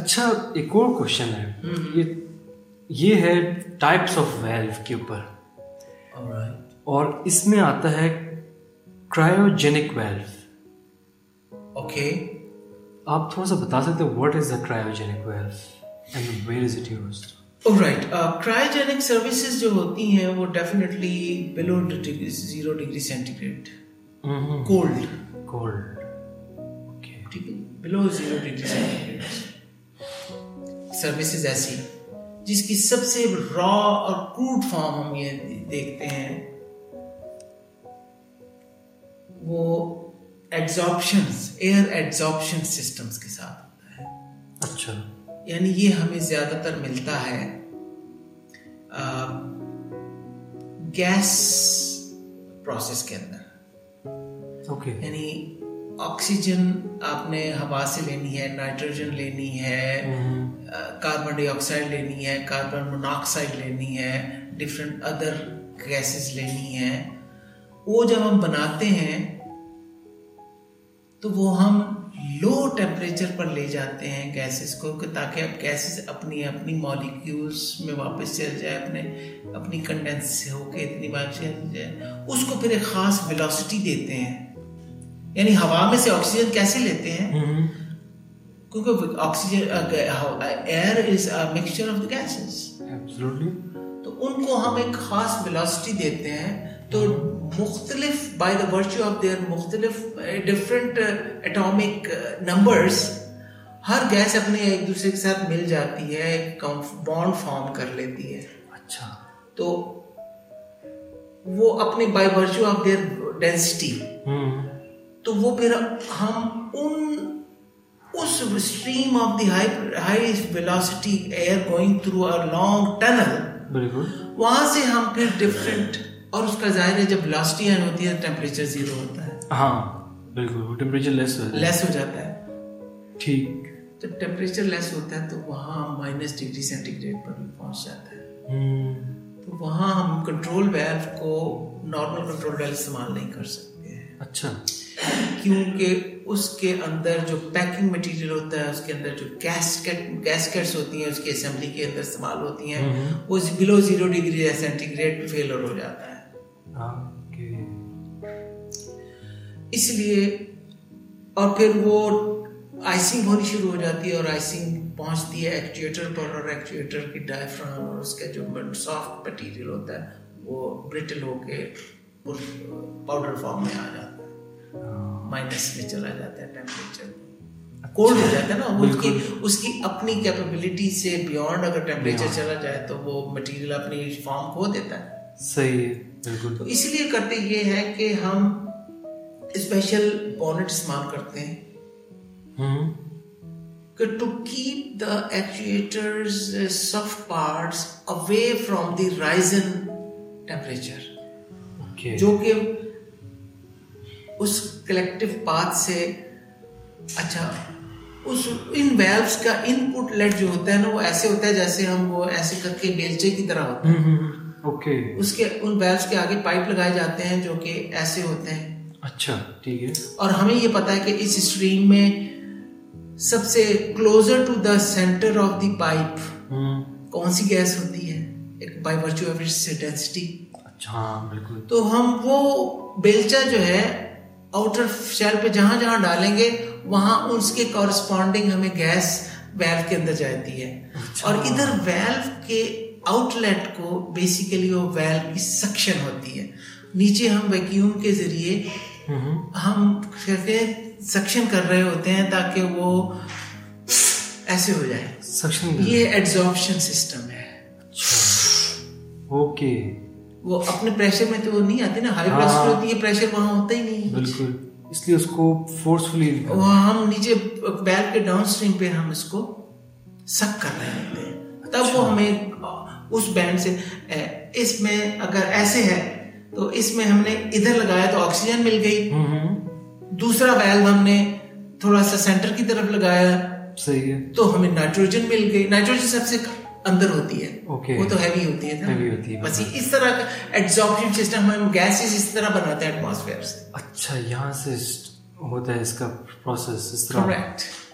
اچھا ایک اور کوشچن ہے یہ یہ ہے ٹائپس آف ویلو کے اوپر اور اس میں آتا ہے کرایوجینک ویلو اوکے آپ تھوڑا سا بتا سکتے ہیں what is the cryogenic valve and where is it used right cryogenic services Uh, جو ہوتی ہیں وہ definitely below zero degree centigrade cold cold okay ٹھیک ہے below zero degree centigrade services ایسی جس کی سب سے را اور کروڈ فارم ہم یہ دیکھتے ہیں وہ ایڈزارپشنز ایئر ایڈزارپشن سسٹمز کے ساتھ ہوتا ہے اچھا یعنی یہ ہمیں زیادہ تر ملتا ہے گیس پروسیس کے اندر اوکے یعنی آکسیجن آپ نے ہوا سے لینی ہے نائٹروجن لینی ہے کاربن ڈائی آکسائڈ لینی ہے کاربن موناکسائڈ لینی ہے ڈفرینٹ ادر گیسز لینی ہیں وہ جب ہم بناتے ہیں تو وہ ہم لو ٹیمپریچر پر لے جاتے ہیں گیسز کو کہ تاکہ اب گیسز اپنی اپنی مالیکیولس میں واپس چل جائے اپنے اپنی کنڈینس سے ہو کے اتنی بار چل جائے اس کو پھر ایک خاص ویلوسٹی دیتے ہیں یعنی ہوا میں سے آکسیجن کیسے لیتے ہیں کیونکہ oxygen air is mixture of gases absolutely تو ان کو ہم ایک خاص ویلاسٹی دیتے ہیں تو مختلف by the virtue of their مختلف eh, different atomic numbers eh, ہر گیس اپنے ایک دوسرے کے ساتھ مل جاتی ہے ایک بانڈ فارم کر لیتی ہے اچھا تو وہ اپنے by virtue of their density تو وہ پھر ہم ان اس stream of the high high velocity air going through a long tunnel بالکل وہاں سے ہم پھر ڈفرینٹ اور اس کا ظاہر ہے جب لاسٹی اینڈ ہوتی ہے ٹیمپریچر زیرو ہوتا ہے ہاں بالکل وہ ٹیمپریچر لیس ہو لیس ہو جاتا ہے ٹھیک جب ٹیمپریچر لیس ہوتا ہے تو وہاں مائنس ڈگری سینٹی گریڈ پر بھی پہنچ جاتا ہے تو وہاں ہم کنٹرول ویلو کو نارمل کنٹرول ویلو استعمال نہیں کر سکتے ہیں اچھا کیونکہ اس کے اندر جو پیکنگ مٹیریل ہوتا ہے اس کے اندر جو گیسکٹ گیسکٹس ہوتی ہیں اس کی اسمبلی کے اندر استعمال ہوتی ہیں وہ below zero degree centigrade failure ہو جاتا ہے اوکے اس لیے اور پھر وہ آئسنگ ہونی شروع ہو جاتی ہے اور آئسنگ پہنچتی ہے ایکچویٹر پر اور ایکچویٹر کی ڈائفرام اور اس کا جو سافٹ مٹیریل ہوتا ہے وہ برٹل ہو کے پاؤڈر فارم میں آ جاتا ہے مائنس میں چلا جاتا ہے ٹیمپریچر کولڈ ہو جاتا ہے نا وہ اس کی اس کی اپنی کیپبلٹی سے بیونڈ اگر ٹیمپریچر چلا جائے تو وہ مٹیریل اپنی فارم کھو دیتا ہے صحیح ہے تو بالکل اس لیے کرتے یہ ہے کہ ہم اسپیشل بونٹ استعمال کرتے ہیں ہوں کہ to keep the actuators soft parts away from the risen temperature okay جو کہ اس کلیکٹو پاتھ سے اچھا اس ان ویلوز کا ان پٹ لیٹ جو ہوتا ہے نا وہ ایسے ہوتا ہے جیسے ہم وہ ایسے کر کے بیلچے کی طرح ہوتا ہے اوکے اس کے ان ویلوز کے آگے پائپ لگائے جاتے ہیں جو کہ ایسے ہوتے ہیں اچھا ٹھیک ہے اور ہمیں یہ پتا ہے کہ اس اسٹریم میں سب سے closer to the centre of the pipe کون سی گیس ہوتی ہے ایک بائی ورچو آف ڈینسٹی اچھا ہاں بالکل تو ہم وہ بیلچا جو ہے آؤٹر شیل پہ جہاں جہاں ڈالیں گے وہاں اس کے کورسپونڈنگ ہمیں گیس ویلو کے اندر جاتی ہے اچھا۔ اور ادھر ویلو کے آؤٹ لیٹ کو بیسیکلی وہ ویلو کی سکشن ہوتی ہے نیچے ہم ویکیوم کے ذریعے ہم کہتے سکشن کر رہے ہوتے ہیں تاکہ وہ ایسے ہو جائے سیکشن یہ ایڈزارپشن سسٹم ہے اوکے وہ اپنے پریشر میں تو وہ نہیں آتی نا ہائی پریشر ہوتی ہے پریشر وہاں ہوتا ہی نہیں ہاں۔ بالکل اس لیے اس کو فورسفلی وہاں ہم نیچے بیل کے ڈاؤن سٹریم پہ ہم اس کو سک کر رہے ہوتے ہیں تب اچھا۔ وہ ہمیں اس بینڈ سے اس میں اگر ایسے ہے تو اس میں ہم نے ادھر لگایا تو آکسیجن مل گئی دوسرا ویلو ہم نے تھوڑا سا سینٹر کی طرف لگایا صحیح ہے تو ہمیں نائٹروجن مل گئی نائٹروجن سب سے اندر ہوتی ہے Okay. وہ تو ہیوی ہوتی ہے Heavy ہوتی ہے، نا بس اس طرح کا ایڈزارپشن سسٹم ہم گیسز اس طرح بناتے ہیں ایٹماسفیئر سے اچھا یہاں سے ہوتا ہے اس کا پروسیس اس طرح کریکٹ